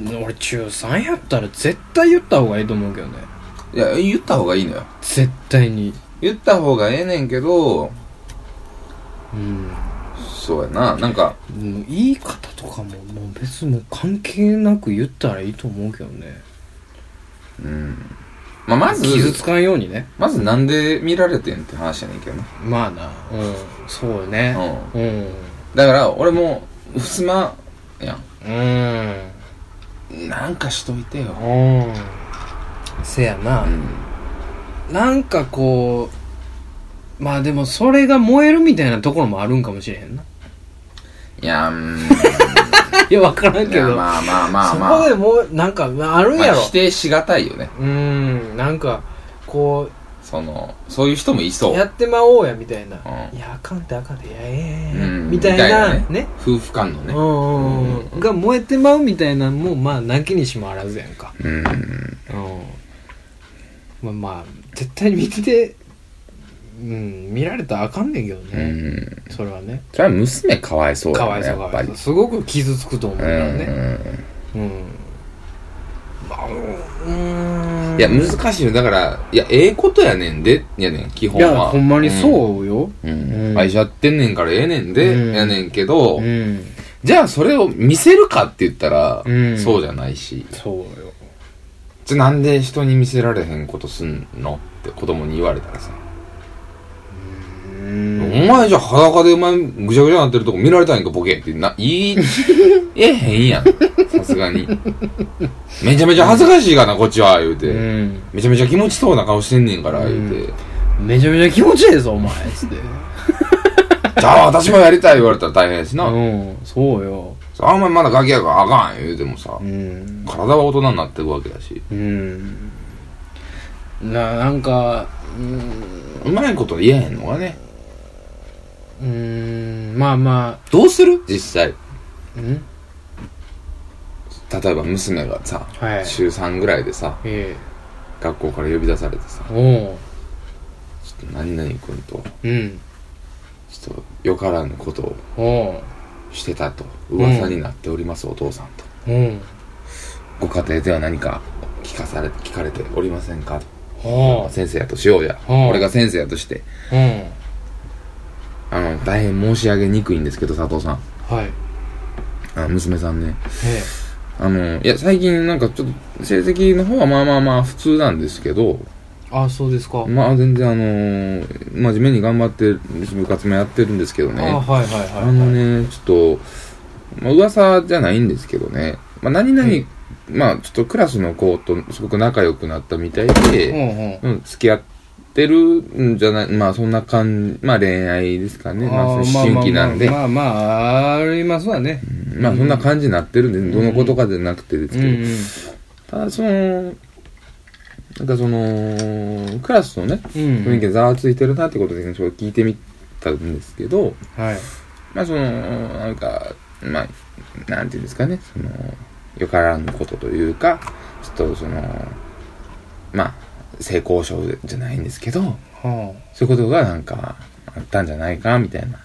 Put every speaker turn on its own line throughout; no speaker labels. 俺中3やったら絶対言った方がいいと思うけどね
いや、言った方がいいのよ。
絶対に
言った方がええねんけど、
うん
そうやな。なんか、
もう言い方とかももう別にもう関係なく言ったらいいと思うけどね
うん。まあ、まず、
傷つかんようにね
まずなんで見られてんって話やねんけどね。
まあなうんそうよね
う
うん
ん。だから、俺も、うすま、や
うん
ん。なんかしといてよ。
うんせやな、
うん。
なんかこうまあでもそれが燃えるみたいなところもあるんかもしれへ んない
や、うん。
いや分からん
い
け
や、
ど、
まあまあまあま
そこで
あ。
もうなんかまああるん
ま
や
あ、
ろ、
否定しがたいよね。
うんなんかこ
その、そういう人もいうそう。
やってまおうやみたいな、
うん
いやあかんってあかんっていやええええ
うん
みたいな
み
ね
た夫婦間の
う
ね
ん。うんうんうんが燃えてまうみたいなんもまあなきにしもあらずやんか
うん。
うんまあまあ絶対に見ててうん見られたらあかんねんけど
う
ね、
ん。
それはね
それは娘かわいそう
か
だ
わ
よ
い
ね、
そう
や
か
っぱ
わい
り
そう。すごく傷つくと思う
う
からね
ん。
うん、まあうん
いや、難しいよ。だから、いや、ええことやねんで、やねん、基
い
本は。
やほんまにそうよ
うん。うん
うん
愛し合ってんねんからええねんで、
うん
やねんけど、
うん
じゃあそれを見せるかって言ったら、
うん
そうじゃないし。
そうよ
じゃ、なんで人に見せられへんことすんのって子供に言われたらさ。
うん
お前じゃあ裸でお前ぐちゃぐちゃなってるとこ見られたいんかボケってな、言い、 言えへんやん。さすがに。めちゃめちゃ恥ずかしいがな、こっちは、言うて。
うん
めちゃめちゃ気持ちそうな顔してんねんから、言うて。
めちゃめちゃ気持ちいいぞお前つって
じゃあ私もやりたい言われたら大変やしな。
うんそうよ
さあお前まだガキやからあかん、言うてもさ
う。ん
体は大人になってるわけだし。
うんななんか
うまいこと言えへんのがね。
うんまあま
どうする実
あ
際。
うん
例えば娘がさ、
はい
週3ぐらいでさ、
え
学校から呼び出されてさ、
えおう
ちょっと何々君と、
うん
ちょっとよからぬことを
おう
してたと、噂になっております、お父さんと。
うん
ご家庭では何か聞かされ、聞かれておりませんかと。
おう
先生やとしようや。
うん
俺が先生やとして、
うん
あの、大変申し上げにくいんですけど、佐藤さん。
はい
あ娘さんね。
え
あの、いや、最近なんかちょっと成績の方はまあまあまあ普通なんですけど、
えあそうですか
まあ全然あのー真面目に頑張って部活もやってるんですけどね。
あ
あ
はいはいはいはい
のね、ちょっと、まあ、噂じゃないんですけどね。まあ何々、
うん
まあちょっとクラスの子とすごく仲良くなったみたい
うん
で、うん、付き合ってるんじゃない、まあそんな感じ、まあ恋愛ですか
う
ね。
ん
まあ
ー
思春期なんで。
まあまあまあありますわね
まあそんな感じになってるんで、どのことかじゃなくてです
う
け
ん
ど、
うん
ただその、なんかその、クラスのね、
うん
雰囲気がざわついてるなってことで、ね、それ聞いてみたんですけど、
はい
まあその、なんか、まあ、なんていうんですかね、その、よからぬことというか、ちょっとその、まあ、性交渉じゃないんですけど、
は
そういうことがなんかあったんじゃないか、みたいな。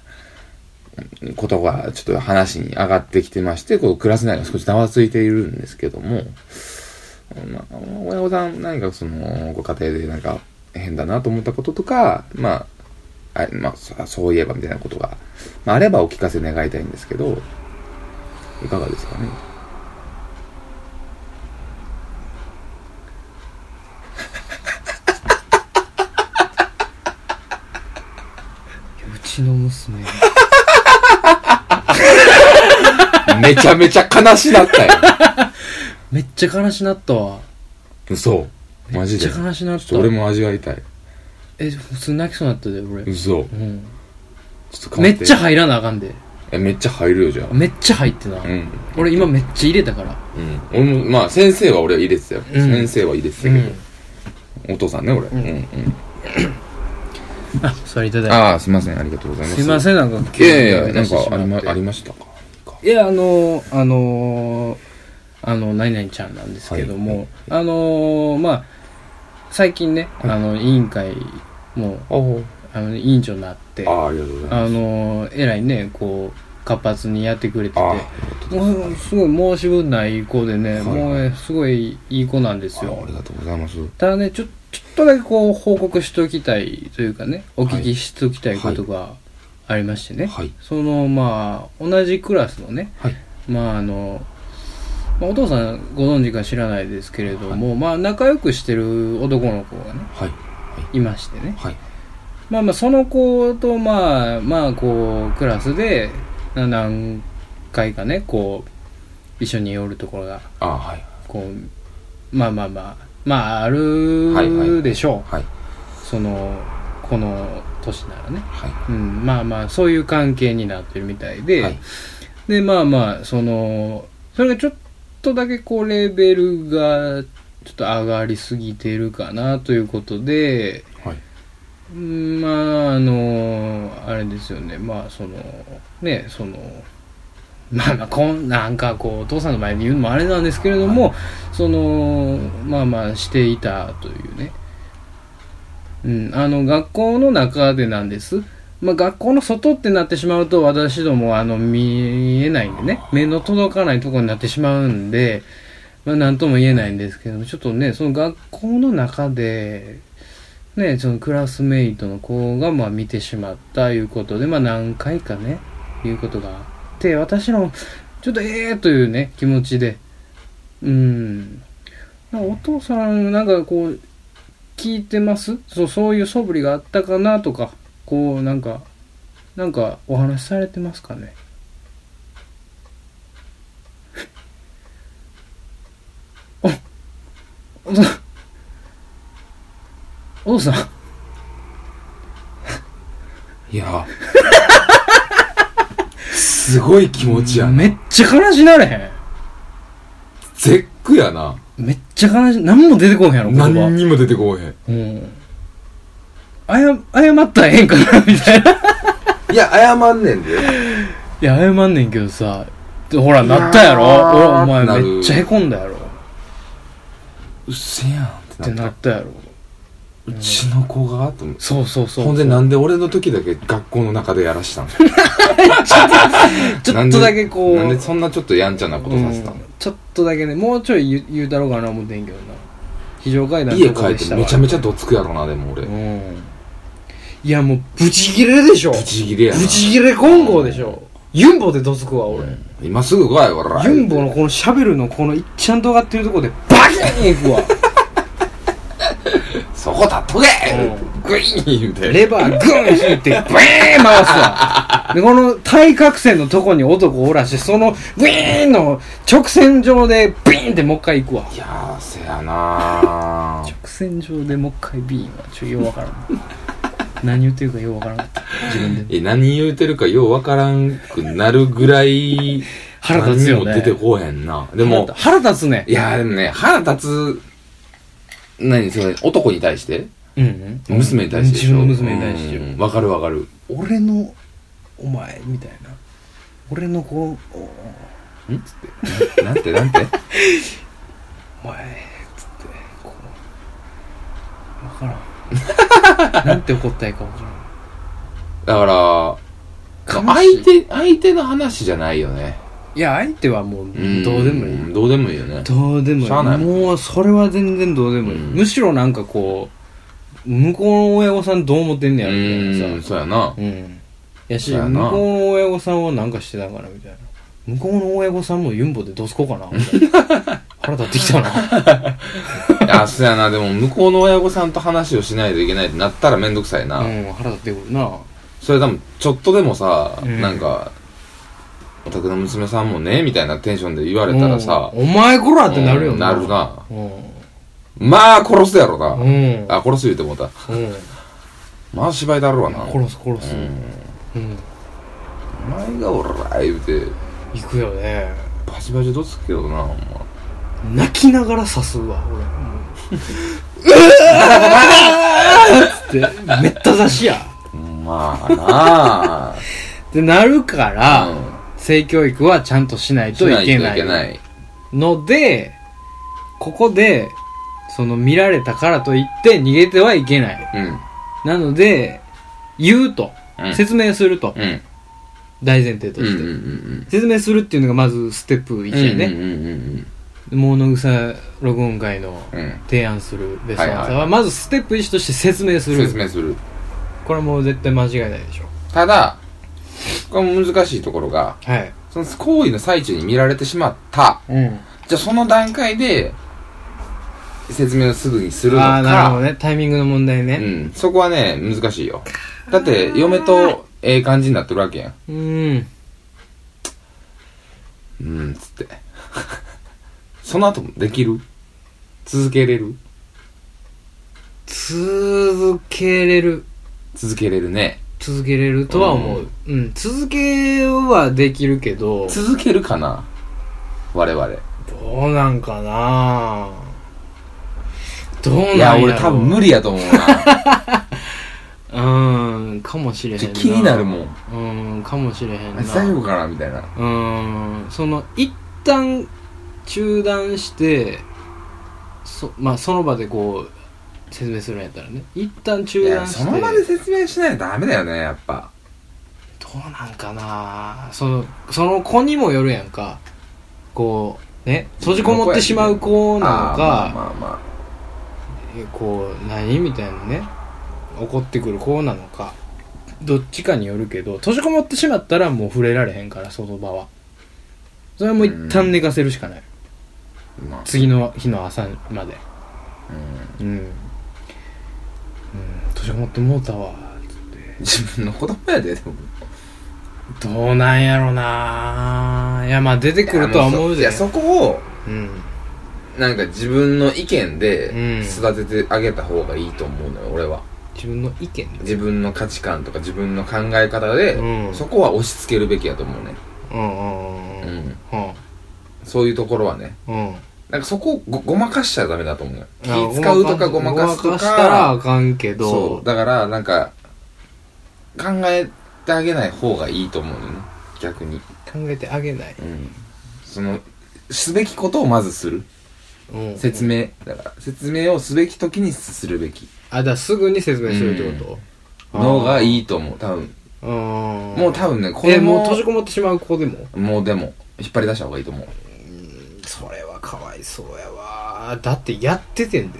ことがちょっと話に上がってきてまして、こうクラス内が少しざわついているんですけども、まあ、親御さん何かその、ご家庭でなんか変だなと思ったこととか、まあ、あまあ、そそういえばみたいなことが、まあ、あればお聞かせ願いたいんですけど、いかがですかね。
あうちの娘が
めちゃめちゃ悲しなったよ。
めっちゃ悲しなったわ
嘘。マジ
めっ
で。
ちゃ
ちょ
悲しなっ
ったと俺も味わいたい。
え普通に泣きそうになったで俺、う
嘘。
ん、
ちょっと
め
変わ
っちゃ入らなあかんで
えめっちゃ入るよ、じゃあ。
めっちゃ入ってな、
うん。
俺今めっちゃ入れたから
うん。俺も、まあ、先生は俺は入れてたよ。
うん
先生は入れてたけど、お父さんね、俺。うんん、うん、
あそれいただい
ああ、すいません、ありがとうございま
て
す。
すいませんなんか
いやいやいや、なんかありま、あ
い
りましたかか
いやあのーあのーあの何々ちゃんなんですけども、
はい
あのーまあ最近ね、
はい
あの委員会も
ああ、
あの委員長になって
ああ、ありがとうございま
あのーえらいねこう活発にやってくれて
あ
てもうすごい申し分ない子でね、
はい
もうねすごいいい子なんです
ああ
よ
りがとうございます。
ただねちょちょっとだけこう報告しておきたいというかねお聞きしておきたいことがありましてね、
はい。
そのまあ同じクラスのね
はい。
まああの、まあ、お父さんご存知か知らないですけれども、まあ仲良くしてる男の子がね
はい。
いましてね
はい。
まあまあその子とまあまあこうクラスでな何回かねこう一緒におるところが
ああ、はい。
こうまあまあまあまああるでしょう、
はい。
そのこの年ならね
はい。
うん、まあまあそういう関係になってるみたいで、
はい
でまあまあそのそれがちょっとだけこうレベルがちょっと上がりすぎてるかなということで
はい。
うんまああのあれですよねまあそのねそのまあまあこんなんかこうお父さんの前で言うのもあれなんですけれども、そのまあまあしていたというねうんあの学校の中でなんですまあ学校の外ってなってしまうと私どもあの見えないんでね目の届かないところになってしまうんでまあ何とも言えないんですけどもちょっとねその学校の中でね、そのクラスメイトの子がまあ見てしまったいうことで、まあ、何回かねいうことがあって私らもちょっとええというね気持ちでうんなんかお父さんなんかこう聞いてますそうそういう素振りがあったかなとかこうなんかなんかお話しされてますかねおお父さんお父さん
いや。 すごい気持ちやな。
めっちゃ悲しなれへ
絶句やな。
んめっちゃ悲し何も出てこんやろ言
何
葉
にも出てこうへ
う
ん。
んあや謝ったらええんかなみたいない
いや、謝んねんで。
や謝んねんけどさほらなったやろ
いやー
おお前
なる
めっちゃへこんだやろっ
うっせやんっててな
なっ
っ
たやろ
た。うちの子がと思って。
そうそうそう
ほんでなんで俺の時だけ学校の中でや らしたの
ちょっとだけこう
なんでなんでそんなちょっとやんちゃなことさせたの、
うんちょっとだけねもうちょい言う言うだろうかな思ってんけどな非常階段
家
とかで
帰っ
してたわ
めちゃめちゃどつくやろなでも俺
うんいやもうブチギレでしょ
ブチギレやな
ブチギレ混合でしょユンボでどつくわ俺、
今すぐ来い俺ら
ユンボのこのシャベルのこのいっちゃんとがってるとこでバキーンいくわ
そこ立っと
う
けグイーンって
レバーグーン引いてブイーン回す わでこの対角線のとこに男をおらしてそのウィーンの直線上でビーンってもう一回行くわ
いやーせやなー
直線上でもう一回ビーンはちょっとようわからん何言ってるかようわからん自分で
え何言うてるかようわからんくなるぐらい
腹立つよね
何にも出てこうへんなでも
腹立つね
いやーでもね腹立つ何それ男に対して
うんうん
娘に対してでしょ
自分の娘に対してよ
うんわかるわ かる
俺のお前みたいな俺の子お
んつってななんてなんて
お前つってこう分からん なんて怒ったらいいか分
だから
からん
相手相手の話じゃないよね
いや相手はもう
うん
どうでもいい
どうでもいいよね
どうでもいい
しゃあない
もうそれは全然どうでもいい、
うん
むしろなんかこう向こうの親御さんどう思ってんね
う
やろみたい
ー
なんさ
そうやな
うんやし
そうやな
向こうの親御さんはなんかしてたからみたいな向こうの親御さんもユンボでどすこうかなみた いな腹立ってきたな
あそうやなでも向こうの親御さんと話をしないといけないってなったら面倒くさいな、
うん腹立ってくるな
それ多分ちょっとでもさ、
うん
なんかお宅の娘さんもねみたいなテンションで言われたらさ、
うんお前こらってなるよ
うん
な、
なるな
うん
まあ殺すやろな、
うん。
あ殺す言うてもうた
うん。
まあ芝居だろうわな
殺す殺す。
うん
うん。
お前がおら言うて
行くよね。
バチバチどつくけどなお前
泣きながら刺すわ、俺。もううわーっつって、めった刺しや。
まあな あ
ってなるから、
うん
性教育はちゃんとしないといけない。
しないとい
ので、ここで、その見られたからといって逃げてはいけない。
けない
なので、言うと。
うん
説明すると。
うんうん
大前提と
うんう
し
ん
て、
うん
説明するっていうのがまずステップ
うん。
1で
うん
ね、
うんうん
物草録音会の
うんうん。
提案するベストアンサーは,、
はいはいはい
まずステップ1として説明する
説明する。
これもう絶対間違いないでしょ
ただ、これも難しいところが、
はい
その行為の最中に見られてしまった。
うん
じゃあその段階で、説明をすぐにするの
ああーなるほど
か、
ねタイミングの問題
う
ね
ん、そこはね、難しいよ。だって、嫁とええ感じになってるわけやん。
うん
うん、つって。 その後もできる続けれる
続けれる
続けれるね。
続けれるとは思う、うん続けはできるけど
続けるかな我々。
どうなんかなどうなん
い
や
や、
ろ
俺多分無理やと思う な。
うんかもしれへん
ちょ気になるも
う
ん。
んかもしれへんな
あ大丈夫かなみたいな。
うんその一旦中断してそ,、まあ、その場でこう説明するんやったらね一旦
い
中
や、
断して
その場で説明しないとダメだよね、やっぱ。
どうなんかなそのその子にもよるやんかこうね閉じこもってしまう子なの
あー
か
まあまあまあ。
えこう何みたいなね怒ってくる子なのかどっちかによるけど閉じこもってしまったらもう触れられへんから外場はそれはもう一旦寝かせるしかない
まあ
次の日の朝まで
うん
うん、うん、閉じこもってもうたわ
自分の子供やで、でも
どうなんやろないやまあ出てくるとは思う
い
で
や、そこを、
うん
なんか自分の意見
うん
で育ててあげた方がいいと思うのよ、俺は。
自分の意見
自分の価値観とか自分の考え方で、
うん
そこは押し付けるべきやと思うね、
うんうんうん
ん、
うん
そういうところはね
うん
なんかそこをごごまかしちゃダメだと思うよ気
あ
使うとかごまかす
ご
とか
ましたらあかんけ
そ
ど
うだからなんか考えてあげない方がいいと思うのよね逆に、
考えてあげない、
うん、そのすべきことをまずする
うん
説明だから説明をすべき時にするべき
あだからすぐに説明するってこ
のがいいと思う多分
とうん
もう多分ね子
えもう
供
閉じこもってしまう子でも
もうでも引っ張り出した方がいいと思う
それはかわいそうやわだってやっててんで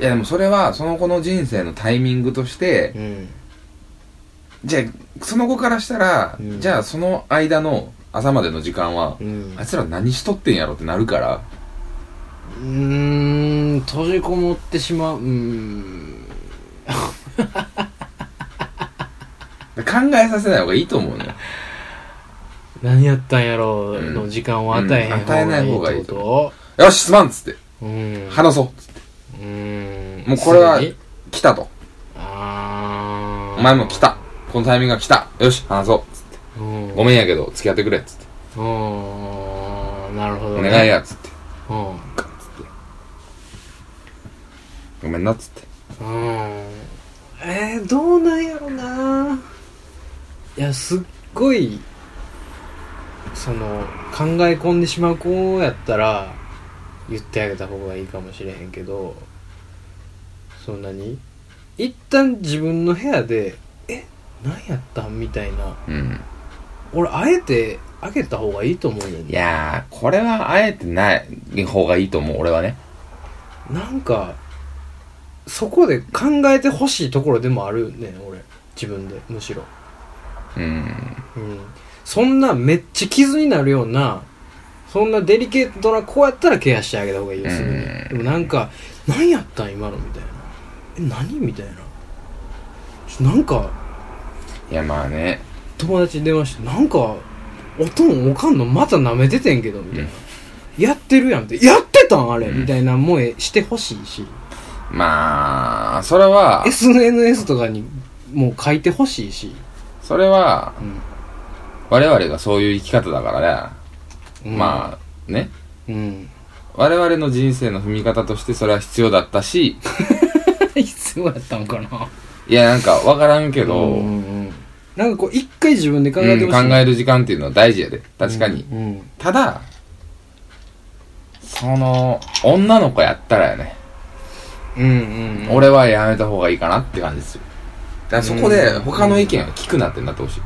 いやでもそれはその子の人生のタイミングとして
うん
じゃあその子からしたら、
うん
じゃあその間の朝までの時間は、
うん
あいつら何しとってんやろってなるから
うーん閉じこもってしまううーん
考えさせない方がいいと思うのよ
何やったんやろうの時間を与えへん方がいいってこと、
よしすまんっつって
うん
話そうつって
うーん
もうこれは
すでに
来たと
あー
お前も来たこのタイミングが来たよし話そうつって
うん
ごめんやけど付き合ってくれっつって
うんなるほ
お
ど、ね、
願いやっつって
うん
ガッつってごめんなっつって
うんえー、どうなんやろないやすっごいその考え込んでしまう子やったら言ってあげた方がいいかもしれへんけどそんなに一旦自分の部屋で「え何やったん?」みたいな
うん
俺あえてあげた方がいいと思うよね
いやーこれはあえてない方がいいと思う俺はね
なんかそこで考えてほしいところでもあるね俺自分でむしろ、
うん
うん、そんなめっちゃ傷になるようなそんなデリケートな子やったらケアしてあげた方がいいよすぐに
うん
でもなんか「何やったん今の」みたいな「え何?」みたいなちょなんか
いやまあね
友達に電話して「なんかおとんおかんのまた舐めててんけど」みたいな「やってるやん」って「やってたんあれ」
うん
みたいなもえしてほしいし
まあそれは
SNS とかにもう書いてほしいし、
それは
う
我々がそういう生き方だからね、
ん、あ
まあね
うん
我々の人生の踏み方としてそれは必要だったし
必要やったんかない
やなんかわからんけ
け
ど、うん
なんかこう一回自分で考
考
えてほしい、
える時間っていうのは大事やで確かに、
うん
ただその女の子やったらやね、
うんうんうん
俺はやめた方がいいかなって感じですよだからそこで
うん
他の意見を聞くなってなってほし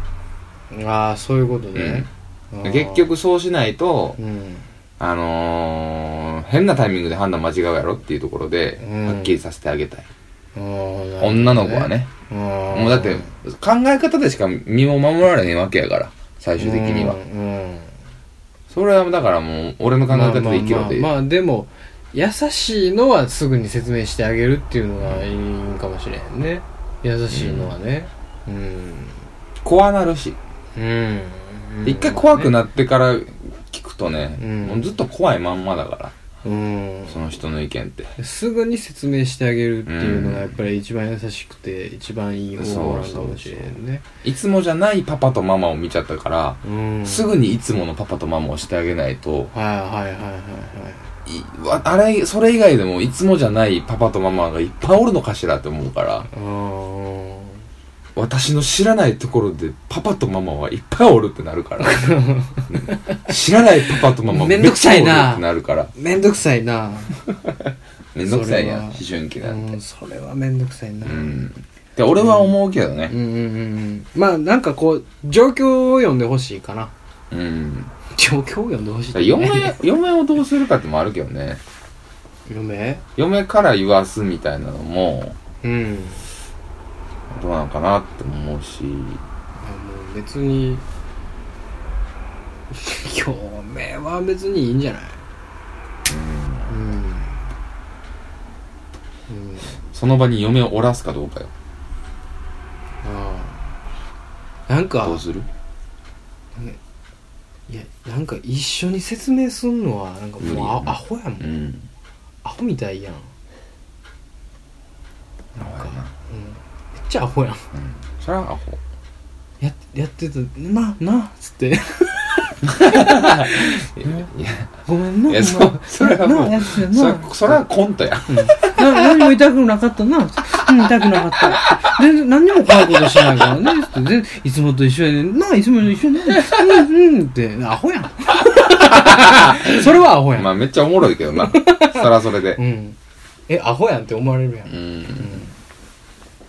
い、
ああそういうことね、あー
結局そうしないと、
うん
あのー変なタイミングで判断間違うやろっていうところで、
うん
はっきりさせてあげたい。
あーなるほどね
女の子はね。も
も
うだって、考え方でしか身も守られへんわけやから、最終的には
うん。うん
それはだからもう、俺の考え方で生きろでいい
まあまあまあ、まあでも優しいのはすぐに説明してあげるっていうのがいいんかもしれへんね優しいのはねうん
怖なるし。
うん、うん
一回怖く
な
なってから聞くとね、
うん
もうずっと怖いまんまだから、
うん
その人の意見って。
すぐに説明してあげるっていうのがやっぱり一番優しくて一番いい方法なのかもしれへんね
いつもじゃないパパとママを見ちゃったから、
うん
すぐにいつものパパとママをしてあげないと、
はいはいはいはいはい
いわあれ、それ以外でもいつもじゃないパパとママがいっぱいおるのかしらって思うから、
うん
私の知らないところでパパとママはいっぱいおるってなるから、知らないパパとママ
めんどくさいな
めっちゃおるってなるから、
めんどくさいな、
めんどくさいやん、
それは
思春期
う
なんて
ん、。それはめんどくさいな、
うん。で俺は思うけどね
うん、うんうんうんまあなんかこう状況を読んでほしいかな
うん。
状況を読んでほしいってね
嫁、嫁をどうするかってもあるけどね。
嫁
嫁から言わすみたいなのも、
うん
どうなのかなって思うし。
あの別に 嫁は別にいいんじゃないうんうん
その場に嫁をおらすかどうかよ。
ああなん
ど
か
うする
いやなんか一緒に説明すんのはなんかもうあ
無理
アホやもん、
うん。
アホみたいやん、うん、
あれな。
めっちゃアホやん
うん。それはアホ。
ややってたななっつって
いや、いや
ごめんな。
いやそ、それはもう、
やつや
それそれはコントや。
な何も痛くなかったな。うん、痛くなかった。全然何にも変わることしないからね。つって全いつもと一緒やねんなあ、いつもと一緒やねん。うん、うんって、アホやん。それはアホやん。
まあめっちゃおもろいけどな。そらそれで
う。ん。え、アホやんって思われるやん。
うん。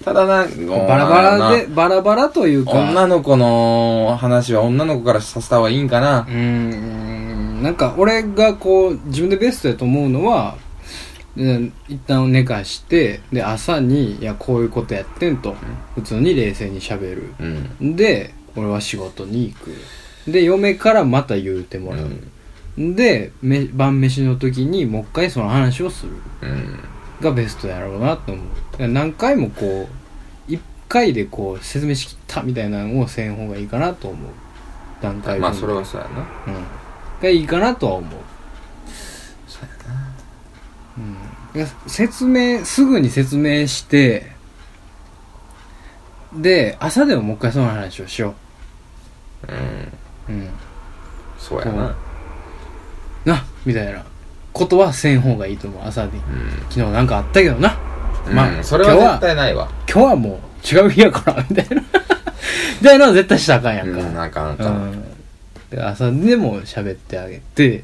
ただな、
バラバラで、バラバラというか。
女の子の話は女の子からさせた方がいいんかな
う。ん、なんか俺がこう、自分でベストだと思うのは、うん一旦寝かして、で、朝に、いや、こういうことやってんと、普通に冷静に喋る。
うん。
で俺は仕事に行くで嫁からまた言うてもらう、でめ晩飯の時にもう一回その話をする
うん。
がベストやろうなと思うだから何回もこう一回でこう説明しきったみたいなのをせん方がいいかなと思う段階分
まあそれはそうやな。
うんがいいかなとは思う
そうや
いや説明すぐに説明してで朝でももう一回その話をしよ
な。うん。
ううん
そうやな。
なみたいなことはせん方がいいと思う朝に
う
昨日なんかあったけどなうん
ん。
ま
ま
あ
あ、それは絶対ないわ。
今日はもう違う日やからみたいなみたいなのは絶対したらあかんや
うんん、
か、
なんかなん
う
か。
んで朝でも喋ってあげて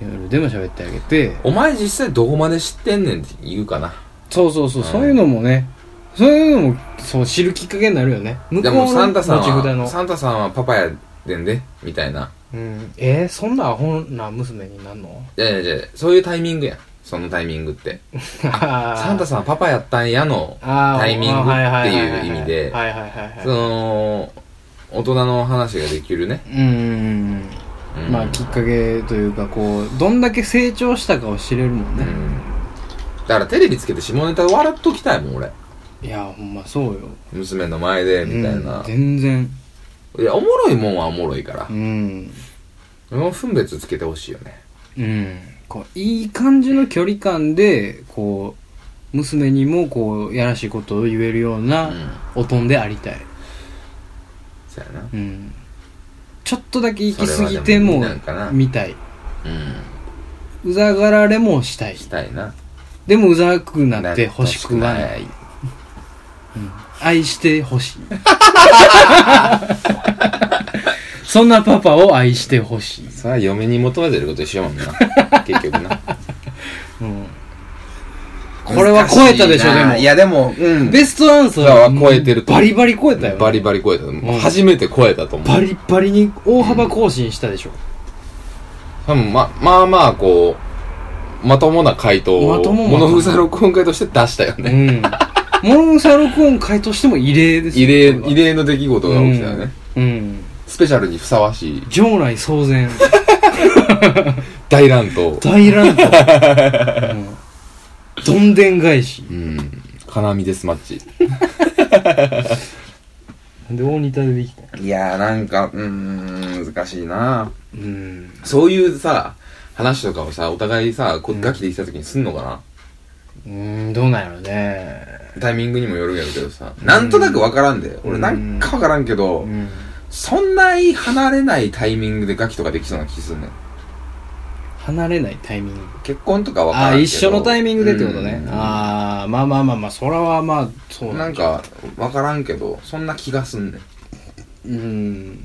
夜でも喋ってあげて
お前実際どこまで知ってんねんって言うかな。
そうそうそう、
うん
そういうのもねそういうのもそう知るきっかけになるよね向こ
で
うの
もサン
持
タ
ち
さん
札
は、
の、
サンタさんはパパやでんで、みたいな。
うん、えー、そんなアホな娘になんの
いやいやいや、そういうタイミングや。そのタイミングって。サ
サ
ンタさんはパパやったんやの、タ
タ
イミングっていう意味で
はいはいはいはい
その、大人の話ができるね。
うーん
うん
まあきっかけというかこうどんだけ成長したかを知れるもん
う
ね、
ん。だからテレビつけて下ネタ笑っときたいもん、俺。
いやほんまそうよ
娘の前で、みたい
うん
な。
全然
いや、おもろいもんはおもろいから
う。ん
もう分別つけてほしいよね。
うんこういい感じの距離感でこう娘にもこうやらしいことを言えるよう
う。
なんおとんでありたい、
そうやな。
うん、ちょっとだけ行き過ぎても
それはでもいいなんかな
見たい
うん。
うざがられもしたい
したいな。
でもうざくなって欲しくはない
い。
愛してほしい そんなパパを愛してほしい、
それ は嫁に求めてること一緒やもんな。結局な。
うん、これは超えたでしょ、
難
で
いな
も。
いや、でも、うん。
ベストアンサー
は超えてると
バリバリ超えたよ。
バリバリ超えた。初めて超えたと思う。
バリバリに大幅更新したでしょ。
多分、ま、まあまあ、こう、まともな回答
まと
を、
も
モノフサ録音会として出した よ
う
ね。
ん。モンサロコン会としても異例です
異
よ
例、
これは
異例の出来事が起きたよね。
うん。うん
スペシャルにふさわしい
場内騒然。
大乱闘。
大乱闘。 うんどんでん返し。
うん。金網デスマッチ。
なんで大似たでできた
いやーなんか、うーん、難しいな
うん。
そういうさ、話とかをさ、お互いさ、こうガキできた時にすんのかな、
うん、どうなんやろね。
タイミングにもよるやろうけどさ、なんとなくわからんで。俺なんかわからんけど、
うん。
そんなに離れないタイミングでガキとかできそうな気すんねん。
離れないタイミング。
結婚とかわからん
あ
け
ー
ど。
一緒のタイミングでってことね
う。ん
ああ、まあまあまあまあ、そらはまあ、そう
なん
んじゃ
か、わからんけど、そんな気がすんねん。
うん。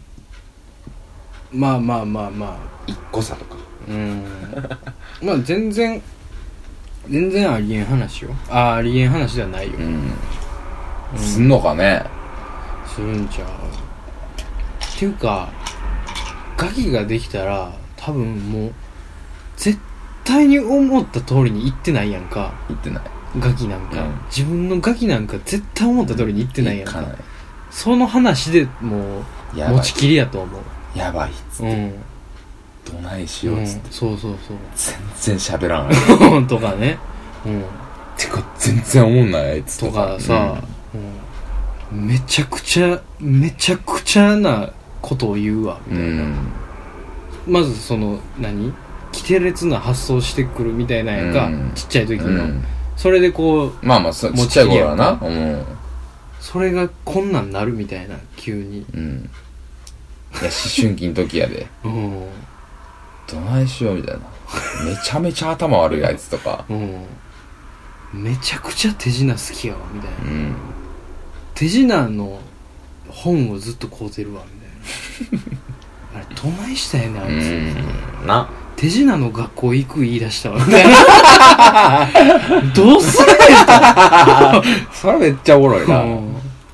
まあまあまあまあ。
一個差とか。
うん。 まあ全然、全然ありえん話よ。あーありえん話ではないよ。
ん。すんのかね
するんちゃうっていうかガキができたら多分もう絶対に思った通りに行ってないやんか
言ってない。
ガキなんか、
うん
自分のガキなんか絶対思った通りに行ってないやんかその話でもう
やば
持
い
ち。きりやと思う
やばいっつ
う
って。
ん、
どないし
う
ようっ
ん、
つって。
そうそうそ
全然喋らない。
う とかね、うん、
てか、全然思んないあいつ
とかさ、うんめちゃくちゃめちゃくちゃなことを言うわ
うん。うん。
まずその何規定列な発想してくるみたいなんやんか、
うん
ちっちゃい時
う
の、
ん。
それでこう
まあまあ、そち
持
っ
ち
ち
き
ゃ
り
い頃
や
は
ん
な
か。
うん。
それがこんなんなるみたいな急に
うん。いや、思春期の時やで。
うん
どないしようみたいな。めちゃめちゃ頭悪いあいつとか。
うんめちゃくちゃ手品好きやわみたいな、
うん。
手品の本をずっと買うてるわみ たいなあれどないしたんやねんあい
う
つ、
ん。な。
手品の学校行く言い出したわみたいなどうするんや
それめっちゃおもろいな。
ろ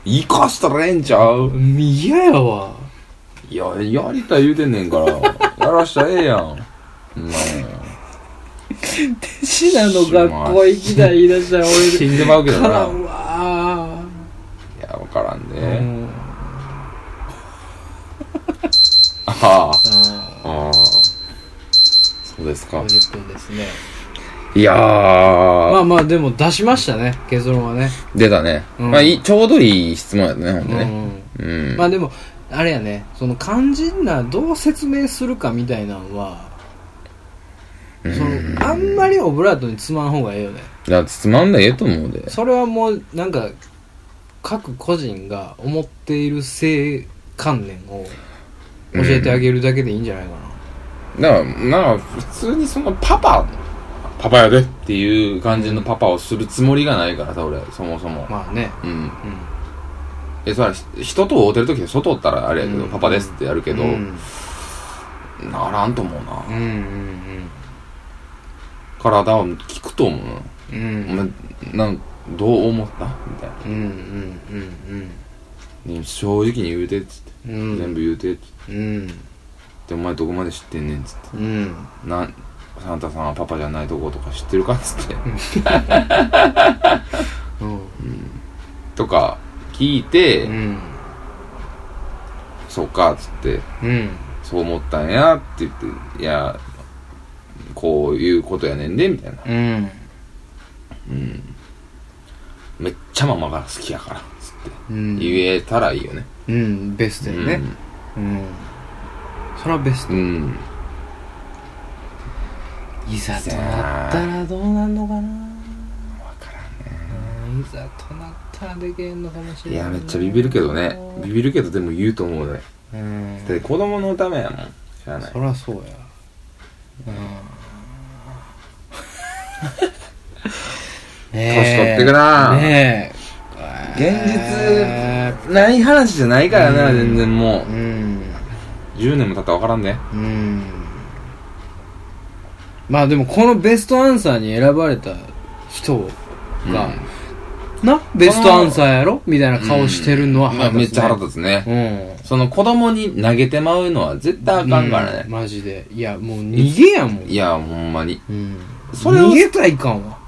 生かしたらええんちゃう
嫌やわ
いや、やりたい言うてんねんから。やらしたらええやん。うん。
手品の学校行きたい言い出したら俺
死んでまうけど
か
な。
ら
い
んわ
や、わから
ー、
ん
う
ね。
んあ
ああ。ああ。そうです
ー
か。
40分ですね
いやー。
まあまあでも出しましたね結論はね
出たね。
うん
まあいい、ちょうどいい質問やったね、ほんとね。う
うんん、。まあでもあれやねその肝心などう説明するかみたいなのはそのあんまりオブラートにつまん方がええよね
いや、つまんないええと思うで。
それはもうなんか各個人が思っている性観念を教えてあげるだけでいいんじゃないかな、
だから、なんか、普通にそのパパ、パパやでっていう感じのパパをするつもりがないからさ、俺、そもそも。
まあね
うん。
うん
え、そら、ひ人と会うてるとき外おったらあれやけど、
うん
パパですってやるけど、
うん
ならんと思うな。
うんうん
体を聞くと思う
うんう
な。
ん
お前、なん、どう思ったみたいな。
うんうんうん
ね正直に言うて、つって。
うんうん
全部言うて、つって。
うん
で、お前どこまで知ってんねん、つって。
うん
なん、サンタさんはパパじゃないとことか知ってるかつって。
うん
とか、聞いて、
うん
そっか、つって。
うん
そう思ったんやって言って、いや、こういうことやねんで、みたいな。
うん
めっちゃママが好きやから、つって。
うん
言えたらいいよね。
うんベストやねうんそれはベス
う
ト
ん。
いざとなったらどうなんのかな
わから
うんいざとなったらできへんのかもし
ん。い
れない
や、めっちゃビビるけどね。ビビるけど、でも言うと思うね。
うん
だって子供のためやもん。知らない
そ。りゃそうやうん
年取ってくな
ねえ
現
え
実、ない話じゃないからな、全然も
ーうん
う。10年も経ったらわからんね。
うんまあでもこのベストアンサーに選ばれた人か、なベストアンサーやろみたいな顔してるのは
まあめっちゃ腹立つね。
ね
その子供に投げてまうのは絶対
う
あ
ん
かんから
うん
ね。
マジでいやもう逃げやもん
いや、ほんまに。
うん
それを
逃げたいかんわ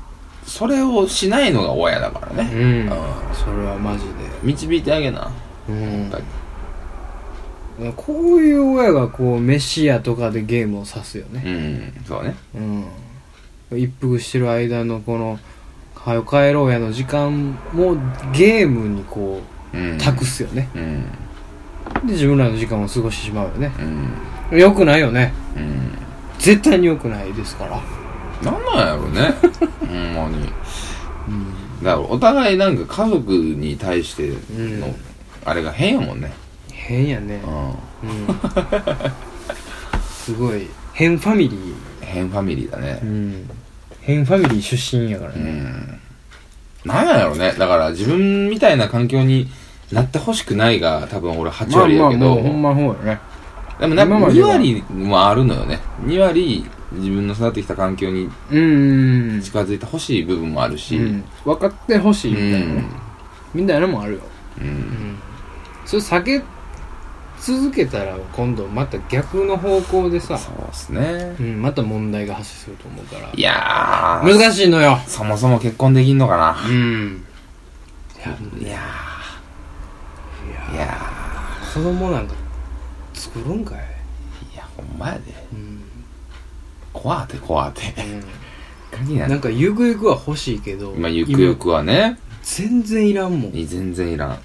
それをしないのが親だから
う
ね。
ん
う
それはマジ
ん導いてあげな。
でうん
だ
こういう親がこう飯屋とかでゲームを指すよね
うん、そうね。
うん一服してる間のこの「はよ帰ろうや」の時間もゲームにこ
う。
うん託すよね
うん。
で自分らの時間を過ごしてしまうよね
うん。
良くないよね
うん。
絶対に良くないですから
なんなんや ろね。ほんま
う
に。
ん
だからお互いなんか家族に対して
う
の
ん、
あれが変やもんね。
変やね
うん。
うんすごい変ファミリー
変ファミリーだね。
ん変ファミリー出身やから
う
ね
ん。なんやろね。だから自分みたいな環境になってほしくないが多分俺8割やけど、
もうほんまほうやね
でもなんか
今まで
2
は
割もあるのよね。2割自分の育ってきた環境に
うん
近づいてほしい部分もあるし、
うん分かってほしいみたいなねみたいなのもあるよ
うんうん
それ避け続けたら今度また逆の方向でさ、
そうっすね
う。ん、また問題が発生すると思うから
いやー、
難しいのよ
そもそも結婚できんのかな。
うんいや
いやー、い
いや
やー、
子供なんか作るんかい、
いや、ほんまやで。
うん
怖って怖って。鍵
う、
な
な
んんだ
んかゆくゆくは欲しいけど
まあ、ゆくゆくはね、
今全然いらんもん、うん、
全然いらん。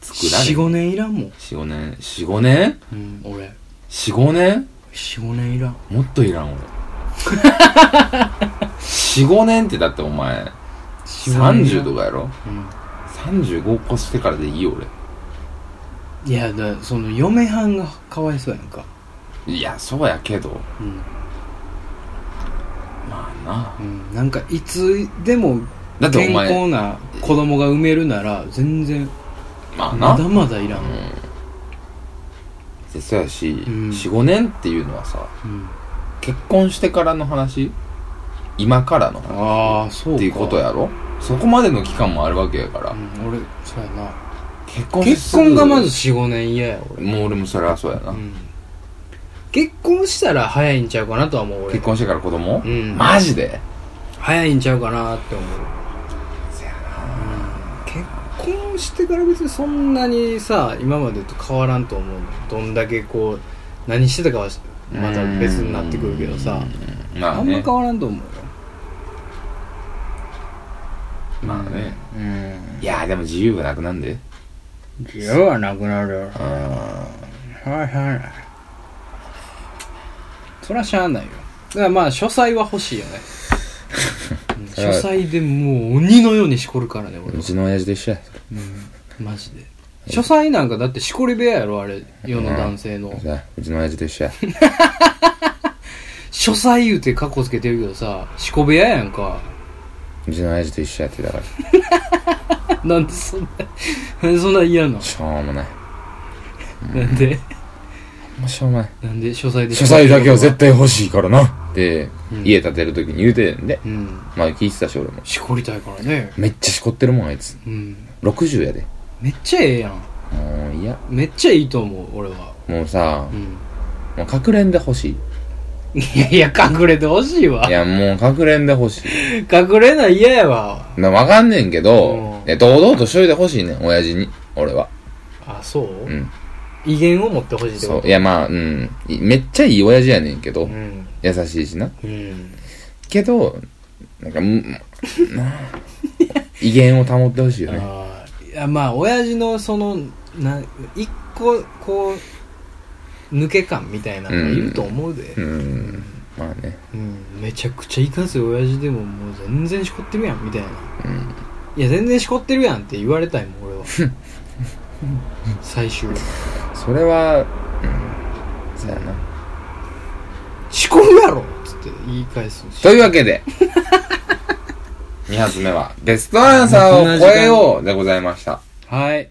作ら
45
れん
年いらんもん、
四五年四五年
うん、俺
四五年
45年いらん
もっといら ん俺四五年ってだってお前30と
か、
かやろ
う
35越してからでいいよ
ん、いやだその嫁はんがかわいそうやんか
俺いやそうやけど
うん、
まあな
うん、なんかいつでも
だってお
健
前
康な子供が産めるなら全然
まあ
まだ
な
まだいらん、
うんでそうやし、
ん
四五45年っていうのはさ
うん
結婚してからの話今からの話
ああそうか
っていうこと、やろそこまでの期間もあるわけやから、
うん、俺そうやな
結婚して
結
すぐ
婚がまず45年嫌や俺、
もう俺もそれはそうやな、
うん、結婚したら早いんちゃうかなとは思う俺
結婚してから子供、
うん
マジで
早いんちゃうかなって思ううん結婚してから別にそんなにさ今までと変わらんと思うのどんだけこう何してたかはまた別になってくるけどさ
うんま
あ
あ
んま
ね
変わらんと思うよ
まあね
うん
いやーでも自由がなくなんで
自由はなくなるよ
うん
はいはいそりゃしゃあないよだからまあ書斎は欲しい よねうん書斎でもう鬼のようにしこるからね俺は
うちの親父と一緒や
うんマジで書斎なんかだってしこり部屋やろあれ世の男性の
そうやうちの親父と 一緒や
書斎言うてカッコつけてるけどさしこ部屋やんか
うちの親父と一緒やってだから
なんでそんななんでそんな嫌な
しょうもない
なんで
もうしょうもない
なんで書斎で
書斎だけは絶対欲しいからなって、
うん
家建てる時に言うてんで
うん
まあ聞いてたし俺も
しこりたいからね
めっちゃしこってるもんあいつ
うん
60やで
めっちゃええやん
もういや
めっちゃいいと思う俺は
もうさ
う、ん
もう隠れんで欲しい
いやいや隠れてほしいわ
いやもう隠れんで欲しい
隠れない嫌やわ
なわかんねんけど
う、ん
え堂々としといてほしいねん、親父に。俺は。
あそう、
うん。
威厳を持ってほしいって
そ
こ
う。
と
いや、まあ、うん。いめっちゃいい親父やねんけど
う、ん
優しいしな。
うん
けど、なんか、うん、な 威厳を保ってほしいよね。
あーいやまあ親父のそのな一個こう抜け感みたいなのいると思うで、
う
うん
ん。まあね。
めちゃくちゃいかんすよ親父でももう全然しこってるやんみたいな、いや全然しこってるやんって言われたいもん俺 は最終
それは、うん。そうやな。
しこるやろっつって言い返すし
というわけで、2発目は、ベストアンサーを超えようでございました。
はい